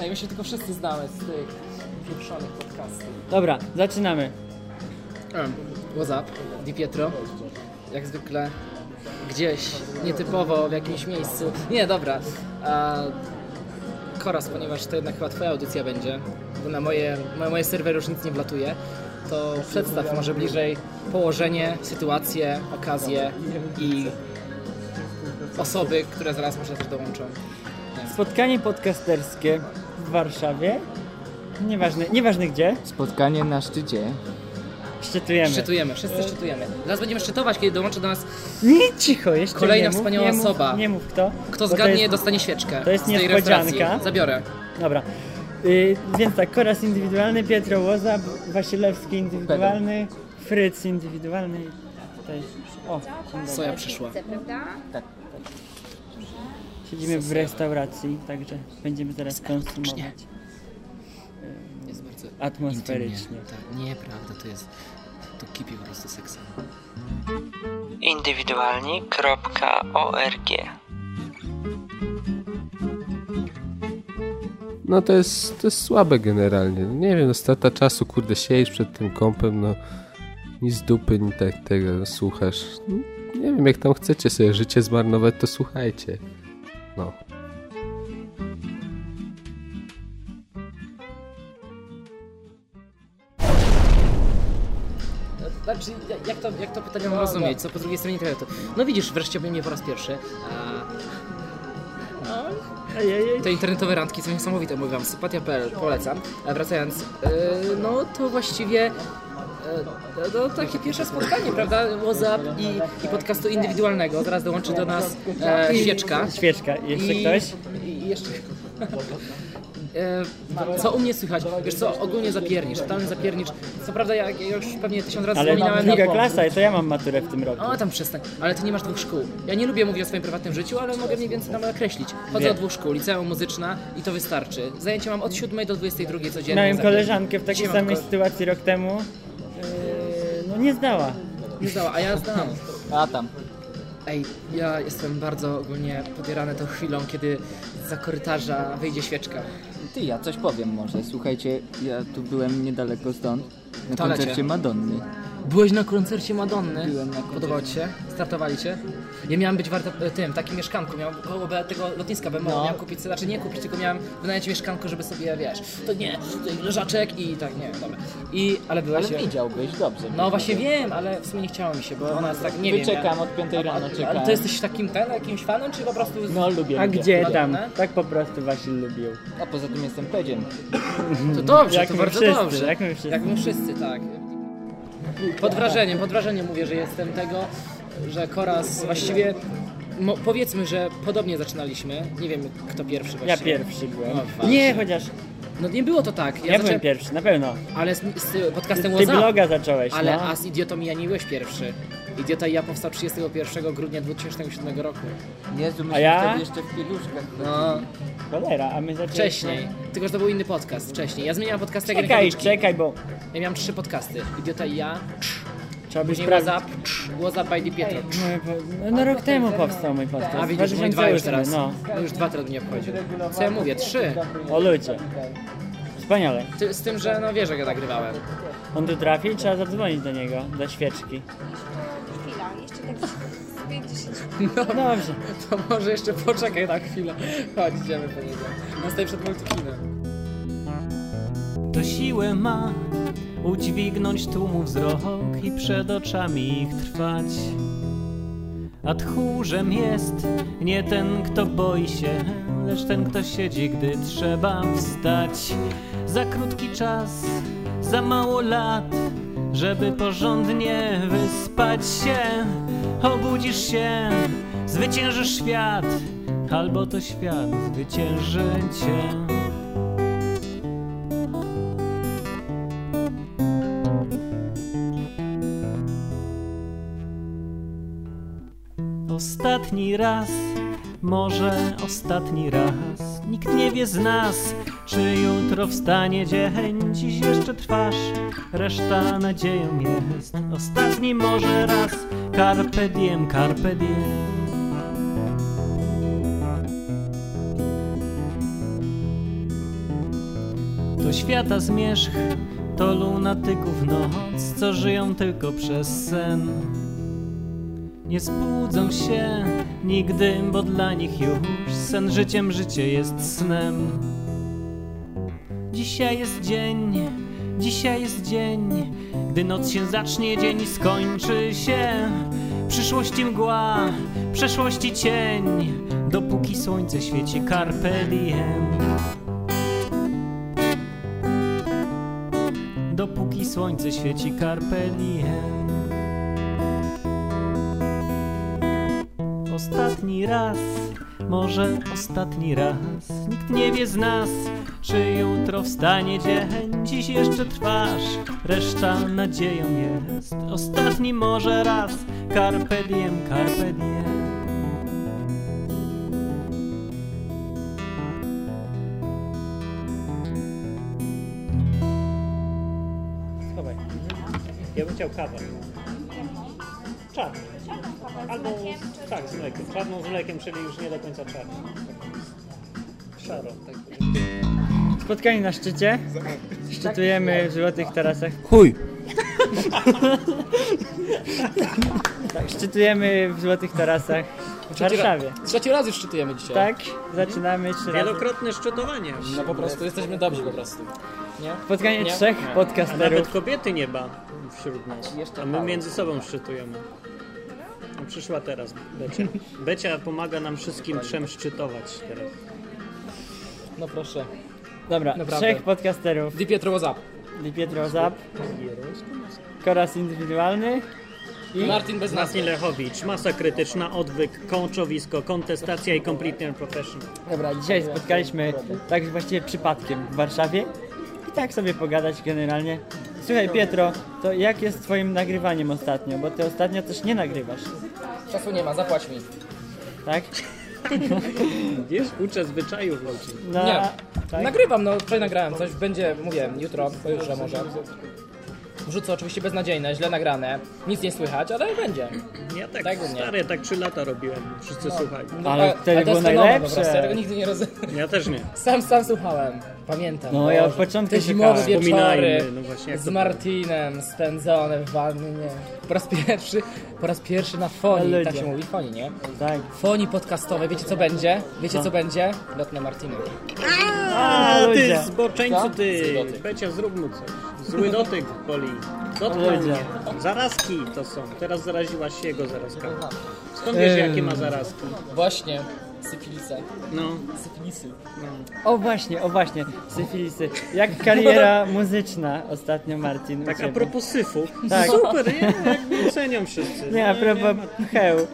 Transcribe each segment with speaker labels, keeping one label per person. Speaker 1: Ej, my się tylko wszyscy znamy z tych wieprzonych podcastów.
Speaker 2: Dobra, zaczynamy.
Speaker 1: WhatsApp, Di Pietro, jak zwykle gdzieś, nietypowo, w jakimś miejscu. Nie, dobra. A, Koras, ponieważ to jednak chyba twoja audycja będzie, bo na moje, moje, moje serwery już nic nie wlatuje, to przedstaw może bliżej położenie, sytuację, okazję i osoby, które zaraz może też dołączą.
Speaker 2: Spotkanie podcasterskie w Warszawie. Nieważne, nieważne gdzie.
Speaker 3: Spotkanie na szczycie.
Speaker 2: Szczytujemy.
Speaker 1: Szczytujemy, wszyscy szczytujemy. Zaraz będziemy szczytować, kiedy dołączy do nas
Speaker 2: Nie, cicho, jeszcze
Speaker 1: Kolejna
Speaker 2: nie mów,
Speaker 1: wspaniała
Speaker 2: nie mów,
Speaker 1: osoba.
Speaker 2: Nie mów kto.
Speaker 1: Kto
Speaker 2: bo to
Speaker 1: zgadnie,
Speaker 2: jest-
Speaker 1: dostanie świeczkę.
Speaker 2: to jest
Speaker 1: z tej
Speaker 2: niespodzianka.
Speaker 1: restauracji. Zabiorę.
Speaker 2: Dobra. Y, więc tak, Koras indywidualny, Pietro Łozab, Wasilewski indywidualny, Fryc indywidualny. i Tutaj, o,
Speaker 1: Soja przyszła.
Speaker 4: prawda?
Speaker 2: siedzimy w restauracji, także będziemy zaraz konsumować
Speaker 1: Jest bardzo
Speaker 2: atmosferycznie.
Speaker 1: intymnie. Tak, nieprawda, to jest... To kipi po prostu seksem.
Speaker 5: indywidualni.org.
Speaker 6: No to jest, to jest słabe generalnie. No Nie wiem, no strata czasu, kurde, siedzisz przed tym kompem, no ni z dupy, ni tak tego no, słuchasz. No, nie wiem, jak tam chcecie sobie życie zmarnować, to słuchajcie. No.
Speaker 1: Znaczy, ja- jak to, jak to pytanie mam rozumieć? Co po drugiej stronie internetu? No widzisz, wreszcie mnie mnie po raz pierwszy.
Speaker 2: Ej, ej, ej.
Speaker 1: A, te internetowe randki są niesamowite, mówię wam. Sympatia.pl, polecam. A wracając, yy, no to właściwie... yy, No takie pierwsze spotkanie, prawda? WhatsApp i, i podcastu indywidualnego. Zaraz dołączy do nas e, świeczka.
Speaker 2: Świeczka, jeszcze
Speaker 1: I-
Speaker 2: ktoś?
Speaker 1: I jeszcze. E, Co u mnie słychać? Wiesz co, ogólnie zapiernicz, totalny zapiernicz. Co prawda ja, ja już pewnie tysiąc razy
Speaker 2: Ale
Speaker 1: wspominałem
Speaker 2: druga
Speaker 1: na...
Speaker 2: klasa, to ja mam maturę w tym roku.
Speaker 1: O, tam przestań, ale ty nie masz dwóch szkół. Ja nie lubię mówić o swoim prywatnym życiu, ale mogę mniej więcej nam określić. Chodzę
Speaker 2: Wiem.
Speaker 1: do dwóch szkół, liceum muzyczna i to wystarczy. Zajęcia mam od 7 do 22 codziennie.
Speaker 2: Miałem
Speaker 1: zapiernicz.
Speaker 2: koleżankę w takiej
Speaker 1: Siemanko.
Speaker 2: samej sytuacji rok temu. Yy, No nie zdała.
Speaker 1: Nie zdała, a ja znam.
Speaker 3: A tam.
Speaker 1: Ej, ja jestem bardzo ogólnie podierany tą chwilą, kiedy za korytarza wyjdzie świeczka.
Speaker 3: Ty, ja coś powiem może. Słuchajcie, ja tu byłem niedaleko stąd. Na
Speaker 1: Toalecie.
Speaker 3: koncercie Madonny.
Speaker 1: Byłeś na koncercie Madonny.
Speaker 3: Byłem na koncercie.
Speaker 1: Podobało ci się? Startowali cię? Ja miałem być warta, tym, takim mieszkanku, miałem koło be- tego lotniska BMO, miałem kupić, znaczy nie kupić, tylko miałem wynająć mieszkanko, żeby sobie, wiesz, to nie, to leżaczek i tak, nie wiem, dobra. I, ale byłeś...
Speaker 3: Ale widziałbyś, dobrze.
Speaker 1: No właśnie wiem, ale w sumie nie chciało mi się, bo ona jest tak, nie wiem.
Speaker 3: Wyczekam,
Speaker 1: ja-
Speaker 3: od piątej rano
Speaker 1: A- a- Ale
Speaker 3: czekałem.
Speaker 1: to jesteś takim ten, jakimś fanem, czy po prostu...
Speaker 3: No, lubię.
Speaker 2: A
Speaker 3: lubię.
Speaker 2: gdzie tam?
Speaker 1: Madonna?
Speaker 2: Tak po prostu Wasil lubił.
Speaker 3: A poza tym jestem pewien.
Speaker 1: To dobrze,
Speaker 2: Jak
Speaker 1: to
Speaker 2: my
Speaker 1: bardzo
Speaker 2: wszyscy,
Speaker 1: dobrze.
Speaker 2: jak my wszyscy.
Speaker 1: Jak my wszyscy, tak. Pod wrażeniem, pod wrażeniem mówię, że jestem tego, że Koras właściwie mo, powiedzmy, że podobnie zaczynaliśmy. Nie wiem kto pierwszy
Speaker 2: Ja
Speaker 1: właściwie.
Speaker 2: pierwszy byłem.
Speaker 1: No, fajnie.
Speaker 2: nie, chociaż
Speaker 1: No nie było to tak.
Speaker 2: ja, byłem pierwszy, na pewno.
Speaker 1: Ale z, z
Speaker 2: Ty,
Speaker 1: podcastem
Speaker 2: ty
Speaker 1: WhatsApp.
Speaker 2: bloga zacząłeś,
Speaker 1: Ale
Speaker 2: no.
Speaker 1: a z idiotą ja nie byłeś pierwszy. Idiota i ja powstał 31 grudnia 2007 roku.
Speaker 3: Jezu,
Speaker 2: A
Speaker 3: myślę,
Speaker 2: ja?
Speaker 3: wtedy jeszcze w pieluszkach.
Speaker 1: No,
Speaker 2: Cholera, a my zaczęliśmy...
Speaker 1: wcześniej. Tylko, że to był inny podcast wcześniej. Ja zmieniałem podcasty jak
Speaker 2: Czekaj,
Speaker 1: rękawiczki.
Speaker 2: czekaj, bo
Speaker 1: Ja No miałem trzy podcasty. Idiota i ja,
Speaker 2: trzeba by
Speaker 1: później
Speaker 2: sprawdzić.
Speaker 1: WhatsApp, WhatsApp by Di Pietro.
Speaker 2: No, bo- No rok temu powstał mój podcast.
Speaker 1: A widzisz, mój dwa już
Speaker 2: 2008,
Speaker 1: teraz.
Speaker 2: No,
Speaker 1: No już dwa tygodnie obchodzi. Co ja mówię? Trzy.
Speaker 2: o ludzie. Wspaniale.
Speaker 1: Ty, z tym, że no wiesz, jak ja nagrywałem.
Speaker 2: On tu trafi, trzeba zadzwonić do niego, do świeczki.
Speaker 4: Chwila, jeszcze tak sobie 10
Speaker 2: No Dobrze.
Speaker 1: To może jeszcze poczekaj na chwilę. Chodź, idziemy po niego. No stoi przed multikinem.
Speaker 7: To siłę ma udźwignąć tłumu wzrok i przed oczami ich trwać. A tchórzem jest nie ten, kto boi się, lecz ten, kto siedzi, gdy trzeba wstać. Za krótki czas, za mało lat, żeby porządnie wyspać się. Obudzisz się, zwyciężysz świat, albo to świat zwycięży cię. Ostatni raz, może ostatni raz. Nikt nie wie z nas, czy jutro wstanie dzień. Dziś jeszcze trwasz, reszta nadzieją jest. Ostatni może raz, carpe diem, carpe diem.
Speaker 2: końcu świata zmierzch to lunatyków noc, co żyją tylko przez sen. Nie zbudzą się nigdy, bo dla nich już sen życiem, życie jest snem. Dzisiaj jest dzień, dzisiaj jest dzień, gdy noc się zacznie, dzień skończy się. Przyszłości mgła, przeszłości cień, dopóki słońce świeci carpe diem. Dopóki słońce świeci carpe diem. Ostatni raz, może ostatni raz Nikt nie wie z nas, czy jutro wstanie dzień Dziś jeszcze trwasz, reszta nadzieją jest Ostatni może raz, carpe diem, carpe diem
Speaker 7: Schowaj. Ja bym chciał kawę. Czarną. Albo z, tak, z mlekiem. Czarną z mlekiem, czyli już nie do końca czarną. Szaro. Spotkanie na szczycie.
Speaker 2: Tak.
Speaker 7: Szczytujemy w złotych tarasach.
Speaker 8: Chuj!
Speaker 7: Tak, szczytujemy w złotych tarasach w Warszawie.
Speaker 1: Trzeci raz już szczytujemy dzisiaj.
Speaker 7: Tak, zaczynamy
Speaker 2: no
Speaker 7: trzy razy.
Speaker 2: Wielokrotne szczytowanie,
Speaker 1: No po prostu jesteśmy dobrzy po prostu. Nie?
Speaker 7: Spotkanie
Speaker 1: Nie?
Speaker 7: trzech
Speaker 1: Nie.
Speaker 2: a nawet
Speaker 7: podcasterów.
Speaker 2: kobiety nie ma wśród
Speaker 3: No,
Speaker 2: nas
Speaker 1: Jeszcze
Speaker 2: A my
Speaker 1: mało.
Speaker 2: między sobą szczytujemy No, Przyszła teraz Becia Becia pomaga nam wszystkim trzem szczytować teraz
Speaker 1: No proszę.
Speaker 7: Dobra,
Speaker 1: Naprawdę.
Speaker 7: trzech podcasterów.
Speaker 1: Di Pietro was up.
Speaker 7: Di Pietro Zap, Koras Indywidualny i
Speaker 1: Martin bez nas.
Speaker 2: Martin Lechowicz, masa krytyczna, odwyk, kołczowisko, kontestacja i Complete and Professional.
Speaker 7: Dobra, dzisiaj spotkaliśmy tak właściwie przypadkiem w Warszawie i tak sobie pogadać generalnie. Słuchaj Pietro, to jak jest z twoim nagrywaniem ostatnio? Bo ty ostatnio też nie nagrywasz,
Speaker 1: Czasu nie ma, zapłać mi.
Speaker 7: tak?
Speaker 2: Wiesz, uczę zwyczajów ludzi.
Speaker 7: No,
Speaker 1: Nie.
Speaker 7: Tak?
Speaker 1: Nagrywam, no wczoraj nagrałem coś, będzie, mówię, jutro, pojutrze może. Wrzucę oczywiście beznadziejne, źle nagrane, nic nie słychać, ale będzie.
Speaker 2: Ja tak,
Speaker 1: Tak u mnie.
Speaker 2: stary, tak 3 lata robiłem, wszyscy słuchali.
Speaker 1: No,
Speaker 7: Ale
Speaker 1: a-
Speaker 7: wtedy
Speaker 1: a to jest
Speaker 7: było
Speaker 1: fenomen po
Speaker 7: najlepsze.
Speaker 1: prostu, Ja tego nigdy nie rozumiem.
Speaker 2: Ja też nie.
Speaker 1: Sam, sam słuchałem, pamiętam.
Speaker 7: No, ja od
Speaker 1: Boże,
Speaker 7: początku
Speaker 1: Te zimowe
Speaker 7: szukałem.
Speaker 1: wieczory
Speaker 2: Wspominajmy, no właśnie, jak
Speaker 1: z
Speaker 2: to
Speaker 1: Martinem spędzone w wannie. Po raz pierwszy, po raz pierwszy na foni,
Speaker 7: Ale
Speaker 1: tak się
Speaker 7: ludzie.
Speaker 1: mówi, foni, nie?
Speaker 7: tak.
Speaker 1: Foni podcastowe, wiecie co będzie? Wiecie
Speaker 7: No.
Speaker 1: co będzie? Lotne Martiny.
Speaker 7: A,
Speaker 2: A, ty
Speaker 7: ludzie.
Speaker 2: zboczeńcu,
Speaker 1: Zły
Speaker 2: ty!
Speaker 1: dotyk.
Speaker 2: Becia, zrób mu coś. Zły dotyk boli. Dotknął
Speaker 7: Ludzie.
Speaker 2: mnie. Zarazki to są. Teraz zaraziłaś się jego zarazkami. Skąd wiesz,
Speaker 7: Ym.
Speaker 2: jakie ma zarazki?
Speaker 1: Właśnie, syfilice.
Speaker 2: No,
Speaker 1: Syfilisy.
Speaker 7: O właśnie, o właśnie, syfilisy. Jak kariera muzyczna ostatnio Martin u
Speaker 2: tak a
Speaker 7: ciebie?
Speaker 2: propos syfu.
Speaker 7: Tak.
Speaker 2: Super, nie? Jakby Oceniam wszyscy.
Speaker 7: Nie, a
Speaker 2: nie
Speaker 7: propos
Speaker 2: ma-
Speaker 7: heł.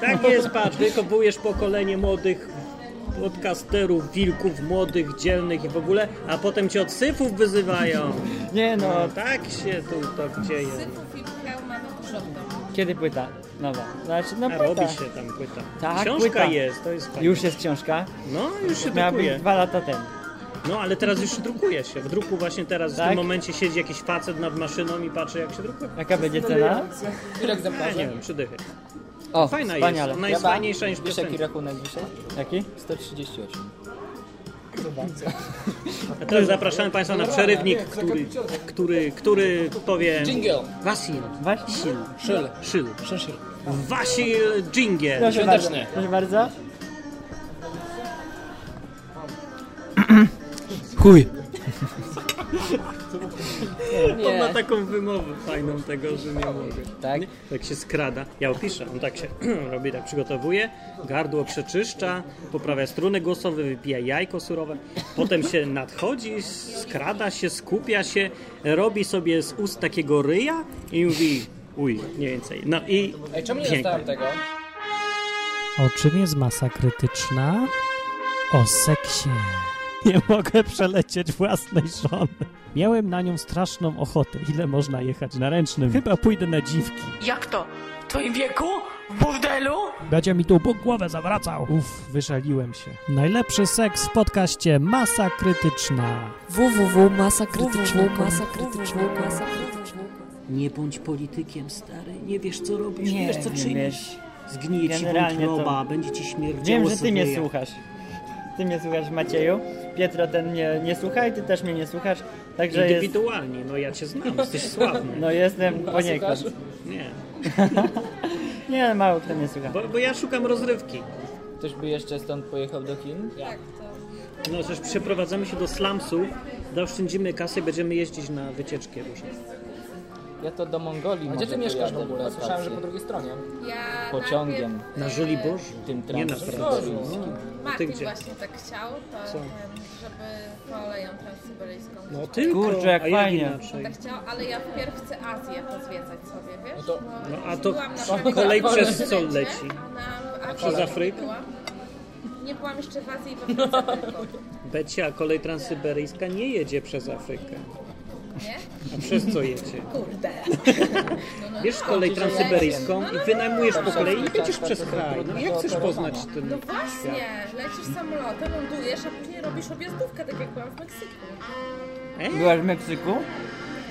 Speaker 2: Tak jest, patrz, wychowujesz pokolenie młodych podcasterów, wilków, młodych, dzielnych i w ogóle, a potem cię od syfów wyzywają.
Speaker 7: Nie no,
Speaker 2: No tak się tu to dzieje.
Speaker 4: Syfów i pcheł mamy no dużo w domu.
Speaker 7: kiedy płyta nowa? Znaczy, no
Speaker 2: No. A
Speaker 7: płyta.
Speaker 2: robi się tam płyta.
Speaker 7: Tak,
Speaker 2: Książka
Speaker 7: płyta.
Speaker 2: jest, to jest fajne.
Speaker 7: Już jest książka,
Speaker 2: No, już się
Speaker 7: miała być
Speaker 2: drukuje.
Speaker 7: dwa lata temu.
Speaker 2: No, ale teraz już drukuje się. W druku właśnie teraz, w
Speaker 7: Tak?
Speaker 2: tym momencie siedzi jakiś facet nad maszyną i patrzy jak się drukuje.
Speaker 7: Jaka będzie cena?
Speaker 1: Ile
Speaker 2: Ja nie
Speaker 1: egzemplarzy?
Speaker 2: wiem, przydychy.
Speaker 7: O,
Speaker 2: Fajna
Speaker 7: wspaniale.
Speaker 2: jest, ona jest fajniejsza niż
Speaker 9: Wiesz jaki
Speaker 2: piosenka.
Speaker 9: rachunek dzisiaj?
Speaker 7: Jaki?
Speaker 9: 138.
Speaker 2: A teraz zapraszamy Państwa na przerywnik, który, który, który powie...
Speaker 1: Jingle.
Speaker 2: Wasil.
Speaker 7: Właśnie.
Speaker 1: Szyl.
Speaker 2: Szyl.
Speaker 1: Szyl, szyl.
Speaker 2: Wasil Jingle.
Speaker 7: Proszę bardzo.
Speaker 1: Świąteczny.
Speaker 7: Proszę bardzo.
Speaker 8: Chuj!
Speaker 2: On ma taką wymowę fajną tego, że nie mogę.
Speaker 7: Tak?
Speaker 2: Tak się skrada. Ja opiszę, on tak się robi, tak przygotowuje, gardło przeczyszcza, poprawia struny głosowe, wypija jajko surowe, potem się nadchodzi, skrada się, skupia się, robi sobie z ust takiego ryja i mówi uj, nie więcej. No i
Speaker 1: Ej, czemu nie
Speaker 2: pięknie.
Speaker 1: dostałem tego?
Speaker 2: O czym jest masa krytyczna? O seksie. Nie mogę przelecieć własnej żony. Miałem na nią straszną ochotę. Ile można jechać na ręcznym? Chyba pójdę na dziwki.
Speaker 10: Jak to? W twoim wieku? W burdelu?
Speaker 2: Będzie mi tu Bóg głowę zawracał. Uff, wyszaliłem się. Najlepszy seks w podcaście Masa Krytyczna. Nie bądź politykiem, stary. Nie wiesz, co robisz. Nie wiesz, co
Speaker 7: wiem,
Speaker 2: czynisz.
Speaker 7: wiesz.
Speaker 2: Zgnije ci
Speaker 7: Generalnie
Speaker 2: wątroba,
Speaker 7: to-
Speaker 2: będzie ci śmierdziało
Speaker 7: Wiem, że
Speaker 2: z
Speaker 7: ty mnie
Speaker 2: ryja.
Speaker 7: słuchasz. ty mnie słuchasz Macieju, Pietro ten mnie nie słucha i ty też mnie nie słuchasz, także jest,
Speaker 2: Indywidualnie, no ja cię znam, jesteś sławny.
Speaker 7: no jestem poniekąd.
Speaker 2: Nie,
Speaker 7: Nie, mało kto mnie słucha.
Speaker 2: bo, bo ja szukam rozrywki.
Speaker 3: Ktoś by jeszcze stąd pojechał do Chin?
Speaker 2: No też przeprowadzamy się do slumsu, zaoszczędzimy kasę i będziemy jeździć na wycieczki różne.
Speaker 3: Ja to do Mongolii
Speaker 1: A gdzie ty mieszkasz w ogóle? Słyszałem, że po drugiej stronie.
Speaker 4: Ja
Speaker 3: Pociągiem,
Speaker 2: Na Żuli Bożu?
Speaker 3: tym
Speaker 2: Nie no, na
Speaker 3: transportem.
Speaker 2: Żuli
Speaker 4: najpierw
Speaker 2: Ty
Speaker 4: Martin
Speaker 2: gdzie?
Speaker 4: właśnie tak chciał, to
Speaker 2: Co?
Speaker 4: em, żeby koleją transsyberyjską.
Speaker 2: No tylko,
Speaker 7: Kurczę, jak
Speaker 2: a jak
Speaker 7: fajnie.
Speaker 2: inaczej?
Speaker 4: Tak chciał, ale ja wpierw chcę Azję pozwiedzać sobie, wiesz?
Speaker 1: to-
Speaker 2: No, a to
Speaker 4: byłam na
Speaker 2: co-
Speaker 4: przykład
Speaker 2: kolej
Speaker 4: na
Speaker 2: przez
Speaker 4: Azji,
Speaker 2: co leci?
Speaker 4: a na- a
Speaker 2: Przez
Speaker 4: nie
Speaker 2: Afrykę?
Speaker 4: byłam. Nie byłam jeszcze w Azji, bo w Afryce tylko.
Speaker 2: Becia, kolej transsyberyjska nie jedzie przez Afrykę.
Speaker 4: Nie?
Speaker 2: A przez co jedzie?
Speaker 4: Kurde.
Speaker 2: Wiesz kolej transsyberyjską i wynajmujesz po kolei i będziesz przez kraj. No jak chcesz poznać ten
Speaker 4: No właśnie, lecisz samolotem, lądujesz, a później robisz objazdówkę, tak jak byłam w Meksyku.
Speaker 7: Byłaś w Meksyku?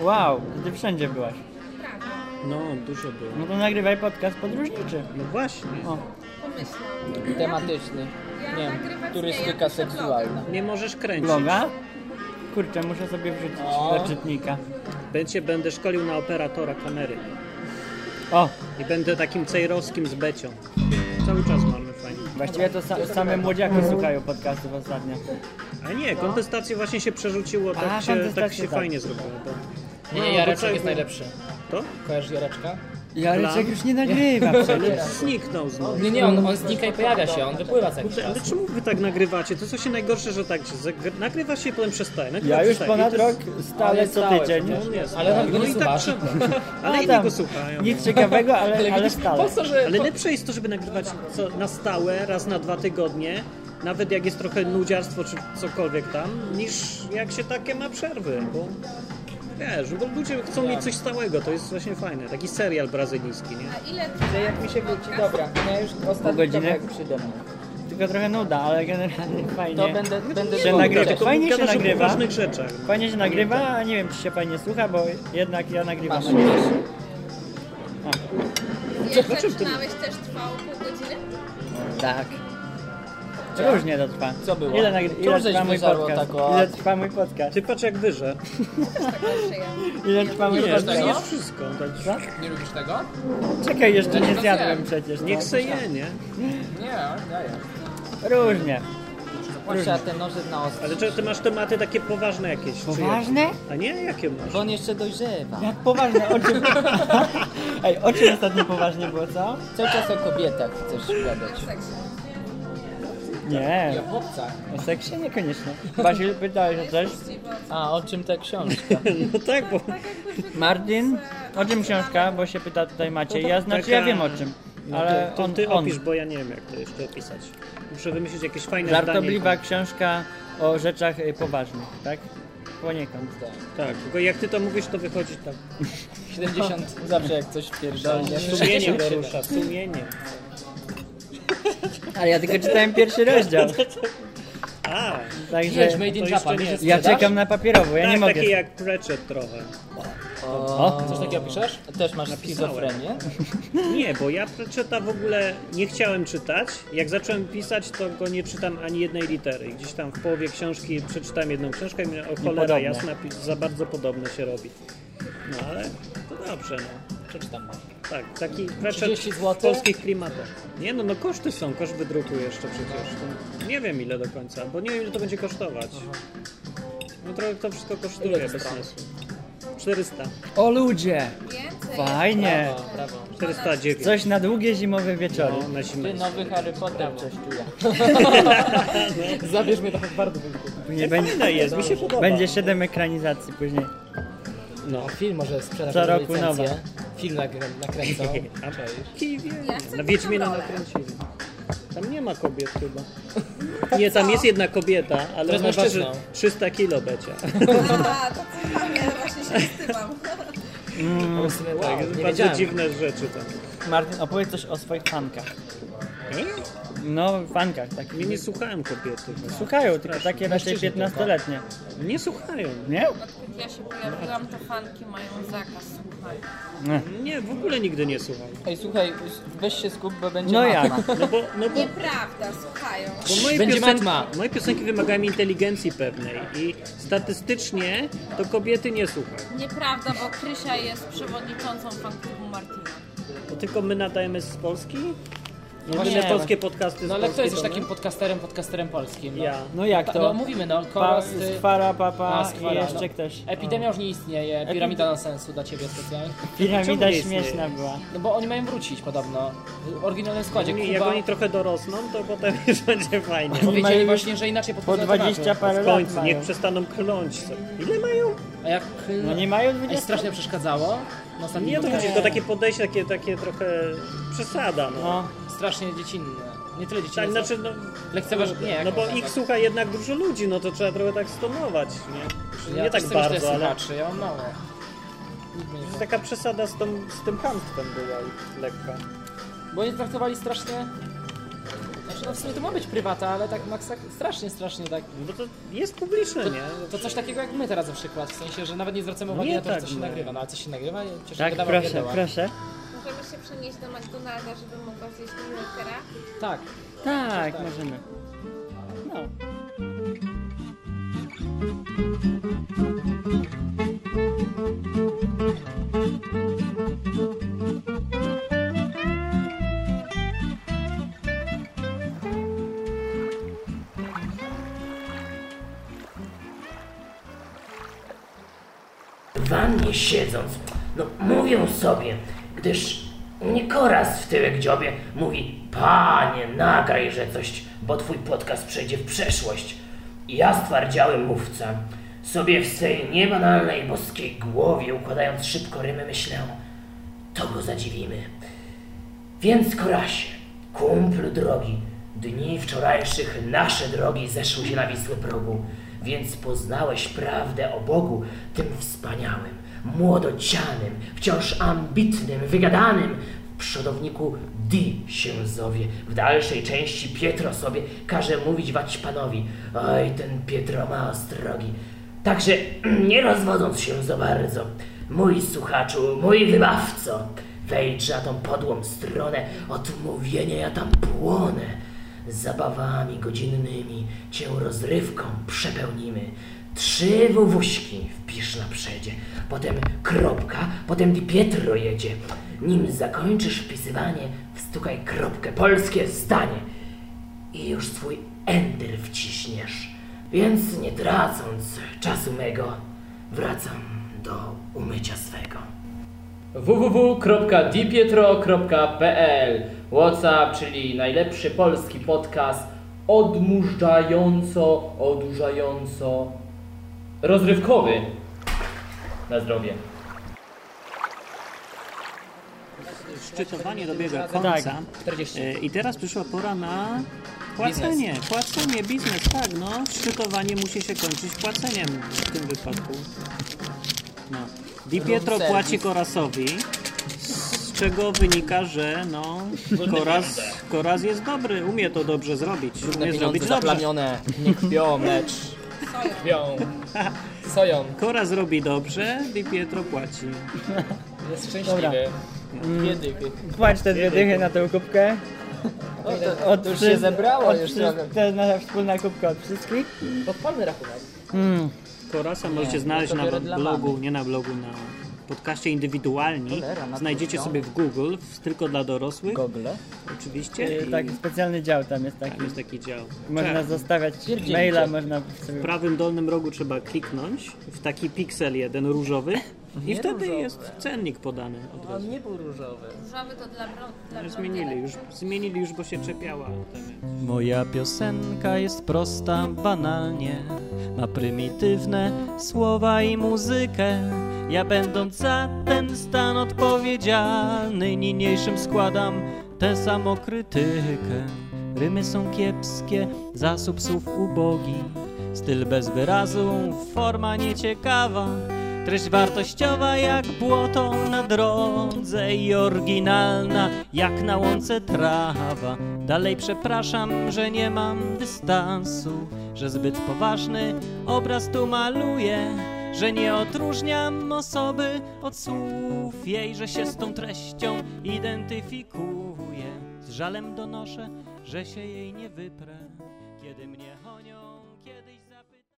Speaker 7: Wow, ty wszędzie byłaś.
Speaker 4: Prawda,
Speaker 2: No, dużo było.
Speaker 7: No to nagrywaj podcast podróżniczy.
Speaker 2: No właśnie.
Speaker 7: O.
Speaker 4: pomyślałam.
Speaker 3: Tematyczny.
Speaker 4: Ja
Speaker 3: Nie
Speaker 4: nagrywać
Speaker 3: wiem,
Speaker 4: nie,
Speaker 3: turystyka
Speaker 4: ja piszę bloga.
Speaker 3: seksualna.
Speaker 2: Nie możesz kręcić.
Speaker 7: Bloga? Kurczę, muszę sobie wrzucić do czytnika.
Speaker 2: Będzie, będę szkolił na operatora kamery.
Speaker 7: O,
Speaker 2: I będę takim cejrowskim z Becią. Cały czas mamy fajnie.
Speaker 7: właściwie to sa same młodziaki słuchają podcastów ostatnio.
Speaker 2: A nie, kontestacje właśnie się przerzuciło,
Speaker 7: A,
Speaker 2: tak, się, tak
Speaker 7: kontestacje,
Speaker 2: się
Speaker 7: tak.
Speaker 2: fajnie zrobiło. Bo...
Speaker 1: Nie,
Speaker 2: No,
Speaker 1: nie,
Speaker 2: bo
Speaker 1: Jareczek
Speaker 2: cały-
Speaker 1: jest najlepszy.
Speaker 2: To?
Speaker 1: Kojarzysz Jareczka?
Speaker 7: Jareczek już nie nagrywa
Speaker 2: Ale
Speaker 7: przecież.
Speaker 2: No, zniknął znowu.
Speaker 1: Nie, nie, on, on znika i pojawia się, on wypływa co jakiś
Speaker 2: Kurde,
Speaker 1: czas.
Speaker 2: ale czemu wy tak nagrywacie? To co się najgorsze, że tak się zag- nagrywa się i potem przestaje. Nagrywa,
Speaker 7: Ja już
Speaker 2: przestaje. tak, I
Speaker 7: ponad
Speaker 2: to jest-
Speaker 7: rok stale
Speaker 1: Ale
Speaker 7: co
Speaker 1: stałe,
Speaker 7: tydzień. No
Speaker 1: no.
Speaker 2: On jest.
Speaker 1: Ale nam go
Speaker 2: no
Speaker 1: nie
Speaker 2: i tak
Speaker 1: słuchasz.
Speaker 2: trzeba. Ale
Speaker 7: tam
Speaker 2: inni go słuchają.
Speaker 7: Nic ciekawego, ale, ale stale.
Speaker 1: Po co, że...
Speaker 2: Ale lepsze jest to, żeby nagrywać co, na stałe, raz na dwa tygodnie, nawet jak jest trochę nudziarstwo czy cokolwiek tam, niż jak się takie ma przerwy, bo wiesz, bo ludzie chcą mieć coś stałego, to jest właśnie fajne. Taki serial brazylijski, nie?
Speaker 4: A ile trwa
Speaker 3: Jak mi się wróci, dobra, ja już
Speaker 7: Pół
Speaker 3: ostatni
Speaker 7: godziny.
Speaker 3: kawałek przyjdę.
Speaker 7: Tylko trochę nuda, ale generalnie fajnie.
Speaker 3: To będę, będę
Speaker 7: Się
Speaker 3: długo.
Speaker 7: nagrywa.
Speaker 2: Tylko
Speaker 7: Fajnie się
Speaker 2: gadasz o
Speaker 7: nagrywa.
Speaker 2: ważnych rzeczach.
Speaker 7: Fajnie się nagrywa, a nie wiem czy się fajnie słucha, bo jednak ja nagrywam.
Speaker 3: Masz, masz.
Speaker 4: jak zaczynałeś też trwało pół godziny?
Speaker 7: Tak. Różnie to trwa.
Speaker 3: Co było?
Speaker 7: Ile, nagry- ile
Speaker 3: Czemu żeś
Speaker 7: trwa mój
Speaker 3: wyżarła
Speaker 7: podcast?
Speaker 3: tak o-
Speaker 7: Ile trwa mój podcast?
Speaker 2: Ty patrz jak wyżej.
Speaker 4: Zawsze ja.
Speaker 7: Ile trwa mój
Speaker 2: Nie,
Speaker 7: podcast?
Speaker 2: to jest wszystko. Tak.
Speaker 1: Nie lubisz tego?
Speaker 7: Czekaj, jeszcze
Speaker 1: Ja
Speaker 7: nie
Speaker 1: to
Speaker 7: zjadłem
Speaker 1: wiem.
Speaker 7: przecież. no.
Speaker 2: Niech se je, nie?
Speaker 1: Nie, nie, nie.
Speaker 7: Różnie.
Speaker 3: Proszę, te noże na ostro.
Speaker 2: Ale czy ty masz tematy takie poważne jakieś? czy
Speaker 7: Poważne?
Speaker 2: jak? A nie? Jakie masz?
Speaker 3: Bo on jeszcze dojrzewa.
Speaker 7: Jak poważne? O czym... Ej, o czym ostatnio poważnie było, co?
Speaker 3: Cały czas o kobietach chcesz gadać.
Speaker 7: Nie,
Speaker 1: W chłopcach.
Speaker 7: o seksie niekoniecznie. Basil, pytałeś o coś?
Speaker 3: A, o czym ta książka?
Speaker 2: No tak, bo
Speaker 7: Martin, o czym książka? Bo się pyta tutaj Maciej. Ja znaczy, ja wiem o czym.
Speaker 2: no
Speaker 7: Ale
Speaker 2: to, to
Speaker 7: on,
Speaker 2: ty
Speaker 7: on.
Speaker 2: opisz, bo ja nie wiem jak to jeszcze opisać. Muszę wymyślić jakieś fajne
Speaker 7: Żartobliwa
Speaker 2: zdanie.
Speaker 7: książka o rzeczach y, poważnych, tak? Poniekąd.
Speaker 2: Tak, tylko jak ty to mówisz, to wychodzi tak.
Speaker 1: 70
Speaker 3: Zawsze jak coś pierdolnie.
Speaker 2: Sumienie go rusza, sumienie.
Speaker 7: Ale ja tylko czytałem pierwszy rozdział.
Speaker 2: A,
Speaker 7: Także
Speaker 1: Jedź, Made in
Speaker 2: to
Speaker 1: Japan, wiesz,
Speaker 2: jeszcze nie.
Speaker 1: że
Speaker 7: ja
Speaker 1: sprzedasz?
Speaker 7: czekam na papierowo, ja
Speaker 2: tak,
Speaker 7: nie mogę.
Speaker 2: taki jak Pratchett trochę.
Speaker 1: Coś takiego piszesz?
Speaker 3: Też masz
Speaker 2: Napisałem.
Speaker 3: schizofrenię?
Speaker 2: Nie, bo ja Pratchetta w ogóle nie chciałem czytać. Jak zacząłem pisać, to go nie czytam ani jednej litery. Gdzieś tam w połowie książki przeczytałem jedną książkę i mnie o cholera
Speaker 7: Niepodobne.
Speaker 2: jasna, pi- za bardzo podobne się robi. No ale to dobrze, no.
Speaker 1: Przeczytam.
Speaker 2: Tak, taki Pratchett
Speaker 1: 30
Speaker 2: w
Speaker 1: złotych?
Speaker 2: polskich klimatach. Nie no, no koszty są, koszt wydruku jeszcze przecież. To nie wiem ile do końca, bo nie wiem ile to będzie kosztować. No trochę to wszystko kosztuje, bez sensu. 400.
Speaker 7: O ludzie!
Speaker 4: Więcej.
Speaker 7: Fajnie!
Speaker 1: Brawo, brawo.
Speaker 2: 409.
Speaker 7: Coś na długie zimowe wieczory.
Speaker 2: No, na zimę.
Speaker 3: Ty nowy Harry Potter coś czuję.
Speaker 1: Zabierz mnie do Harvardu.
Speaker 7: Nie będzie,
Speaker 2: Fajne jest, mi się podoba.
Speaker 7: będzie 7 ekranizacji później.
Speaker 2: No.
Speaker 1: Film może sprzedać.
Speaker 7: Co
Speaker 1: żeby
Speaker 7: roku
Speaker 1: licencję.
Speaker 7: nowe.
Speaker 1: Film nagr- nakręcał.
Speaker 2: A Kiwie.
Speaker 4: Ja chcę
Speaker 2: Na Wiedźmina
Speaker 4: taką rolę.
Speaker 2: nakręcili. Tam nie ma kobiet chyba. Nie, tam jest jedna kobieta, ale
Speaker 1: Teraz
Speaker 2: ona waży
Speaker 1: mężczyzną.
Speaker 2: 300 kilo becia.
Speaker 4: A, to co fajnie, właśnie się wstydam.
Speaker 1: Wow, tak, nie
Speaker 2: Bardzo
Speaker 1: wiedziałem.
Speaker 2: dziwne rzeczy tam.
Speaker 7: Martin, opowiedz coś o swoich fankach.
Speaker 11: No, w fankach takich.
Speaker 2: Nie, nie słuchają kobiety.
Speaker 11: Słuchają, tylko takie raczej
Speaker 2: Mężczyźni
Speaker 11: 15-letnie.
Speaker 2: Nie słuchają.
Speaker 11: Nie?
Speaker 4: Odkąd ja się pojawiłam, to fanki mają zakaz słuchania.
Speaker 2: Nie, w ogóle nigdy nie słuchają.
Speaker 3: Ej, słuchaj, weź się skup, bo będzie
Speaker 11: No
Speaker 3: matma.
Speaker 11: jak?
Speaker 2: No bo, no bo,
Speaker 4: Nieprawda, słuchają.
Speaker 2: bo moje,
Speaker 1: Będzie
Speaker 2: piosenki,
Speaker 1: matma.
Speaker 2: moje piosenki wymagają inteligencji pewnej i statystycznie to kobiety nie słuchają.
Speaker 4: Nieprawda, bo Krysia jest przewodniczącą fanklubu Martina.
Speaker 2: Bo tylko my nadajemy z Polski? No
Speaker 1: właśnie.
Speaker 2: my polskie podcasty z
Speaker 1: No ale kto
Speaker 2: Polski
Speaker 1: jest już
Speaker 2: damy?
Speaker 1: takim podcasterem, podcasterem polskim? No.
Speaker 2: Ja.
Speaker 11: No jak
Speaker 1: Ta-
Speaker 11: to?
Speaker 1: No mówimy, no, koros, ty...
Speaker 11: Skwara, papa
Speaker 1: A, skwara,
Speaker 11: i jeszcze
Speaker 1: no.
Speaker 11: ktoś.
Speaker 1: Epidemia już nie istnieje, piramida na sensu dla ciebie specjalnie.
Speaker 11: Piramida
Speaker 2: Czemu nie
Speaker 11: śmieszna
Speaker 2: istnieje?
Speaker 11: była.
Speaker 1: No bo oni mają wrócić podobno. W oryginalnym składzie.
Speaker 2: Oni- Jak
Speaker 1: Kuba
Speaker 2: oni trochę dorosną, to potem już będzie fajnie.
Speaker 11: mają
Speaker 1: powiedzieli
Speaker 11: już
Speaker 1: właśnie, że inaczej
Speaker 11: Po
Speaker 1: podchodzą do tematu.
Speaker 11: 20 parę
Speaker 2: W
Speaker 11: lat
Speaker 2: końcu, niech
Speaker 11: mają.
Speaker 2: przestaną klnąć. sobie. Ile mają?
Speaker 1: A jak...
Speaker 11: No nie mają
Speaker 1: Ej,
Speaker 11: 20
Speaker 1: strasznie przeszkadzało. No sam
Speaker 2: Nie, to chodzi tylko takie podejście, takie, takie trochę przesada. No.
Speaker 11: No,
Speaker 1: Strasznie dziecinne. Nie tyle dziecinne,
Speaker 2: Tak,
Speaker 1: co-
Speaker 2: znaczy, no,
Speaker 1: Lekceważ... Nie, jak
Speaker 2: no bo
Speaker 1: można
Speaker 2: ich
Speaker 1: tak?
Speaker 2: słucha jednak dużo ludzi, no to trzeba trochę tak stonować, nie?
Speaker 1: Ja
Speaker 2: nie tak
Speaker 1: też sobie
Speaker 2: bardzo,
Speaker 1: myślę,
Speaker 2: ale Tak-
Speaker 1: Słuchaczy, ja mam mało. Nikt mnie nie
Speaker 2: że
Speaker 1: słucha.
Speaker 2: taka przesada z, tą, z tym hamstwem była lekka.
Speaker 1: Bo oni traktowali strasznie... Znaczy, no w sumie to ma być prywata, ale tak maksa... strasznie, strasznie tak...
Speaker 2: No bo to jest publiczne, nie?
Speaker 1: To coś takiego jak my teraz na przykład, w sensie, że nawet nie zwracamy uwagi
Speaker 2: Nie
Speaker 1: na to, że
Speaker 2: tak,
Speaker 1: coś się
Speaker 2: no.
Speaker 1: nagrywa, no ale coś się nagrywa i przecież
Speaker 11: tak,
Speaker 1: wydawa
Speaker 11: proszę,
Speaker 1: pierdoła.
Speaker 11: proszę.
Speaker 4: Możemy się przenieść do McDonalda, żeby mogła zjeść burgera.
Speaker 1: Tak.
Speaker 11: Tak, możemy. No.
Speaker 12: W wannie siedząc, no mówią sobie, gdyż nie koraz w tyłek dziobie mówi Panie, nagraj, że coś, bo twój podcast przejdzie w przeszłość. I ja stwardziałem mówca, sobie w swej niebanalnej boskiej głowie układając szybko rymy myślę, to go zadziwimy. Więc Korasie, kumplu drogi, dni wczorajszych nasze drogi zeszły się na Wisłę progu, więc poznałeś prawdę o Bogu, tym wspaniałym, młodocianym, wciąż ambitnym, wygadanym, w przodowniku Di się zowie, w dalszej części Pietro sobie każe mówić wać panowi, oj ten Pietro ma ostrogi, Także nie rozwodząc się za bardzo, mój słuchaczu, mój wybawco, wejdź na tą podłą stronę odmówienia, ja tam płonę. Zabawami godzinnymi cię rozrywką przepełnimy. Trzy wuwuśki wpisz na przedzie, potem kropka, potem di Pietro jedzie. Nim zakończysz wpisywanie, wstukaj kropkę, polskie zdanie i już swój enter wciśniesz. Więc nie tracąc czasu mego, wracam do umycia swego.
Speaker 13: www.dipietro.pl WhatsApp, czyli najlepszy polski podcast odmurzająco, odurzająco rozrywkowy. Na zdrowie.
Speaker 2: Szczytowanie dobiega końca.
Speaker 1: 40.
Speaker 2: E, I teraz przyszła pora na płacenie. Płacenie, biznes, tak, no. Szczytowanie musi się kończyć płaceniem w tym wypadku. No. Di Pietro
Speaker 1: service.
Speaker 2: płaci Korasowi, z czego wynika, że no, Koras, Koras jest dobry, umie to dobrze zrobić. Umie zrobić dobrze.
Speaker 1: nie krwią, lecz krwią, soją.
Speaker 2: Koraz robi dobrze, Di Pietro płaci.
Speaker 1: Jest szczęśliwy. Biedy.
Speaker 11: Płać te dwie dychy na tę kubkę. Od,
Speaker 3: już się zebrało
Speaker 11: od,
Speaker 3: już
Speaker 11: wszy-
Speaker 3: trochę.
Speaker 11: To jest nasza wspólna kubka od wszystkich.
Speaker 1: Podpalmy rachunek.
Speaker 2: Korasa możecie znaleźć
Speaker 3: to
Speaker 2: na
Speaker 3: biorę dla
Speaker 2: blogu, nie na blogu, na podcaście indywidualni.
Speaker 3: Cholera, na
Speaker 2: Znajdziecie
Speaker 3: to
Speaker 2: sobie w Google, w, tylko dla dorosłych,
Speaker 3: Gogle.
Speaker 2: oczywiście. I,
Speaker 11: Tak, specjalny dział tam jest taki.
Speaker 2: tam jest taki dział.
Speaker 11: Można
Speaker 2: Tak.
Speaker 11: zostawiać maila, można sobie
Speaker 2: W prawym dolnym rogu trzeba kliknąć w taki piksel jeden różowy i wtedy jest cennik podany od razu.
Speaker 1: Nie był różowy.
Speaker 4: Różowy to dla bro- dla
Speaker 2: Zmienili już, zmienili już, bo się czepiała.
Speaker 7: Moja piosenka jest prosta, banalnie Ma prymitywne słowa i muzykę Ja będąc za ten stan odpowiedzialny Niniejszym składam tę samokrytykę Rymy są kiepskie, zasób słów ubogi Styl bez wyrazu, forma nieciekawa
Speaker 2: Treść wartościowa jak błoto na drodze i oryginalna jak na łące trawa. Dalej przepraszam, że nie mam dystansu, że zbyt poważny obraz tu maluję, że nie odróżniam osoby od słów jej, że się z tą treścią identyfikuję. Z żalem donoszę, że się jej nie wyprę, kiedy mnie o nią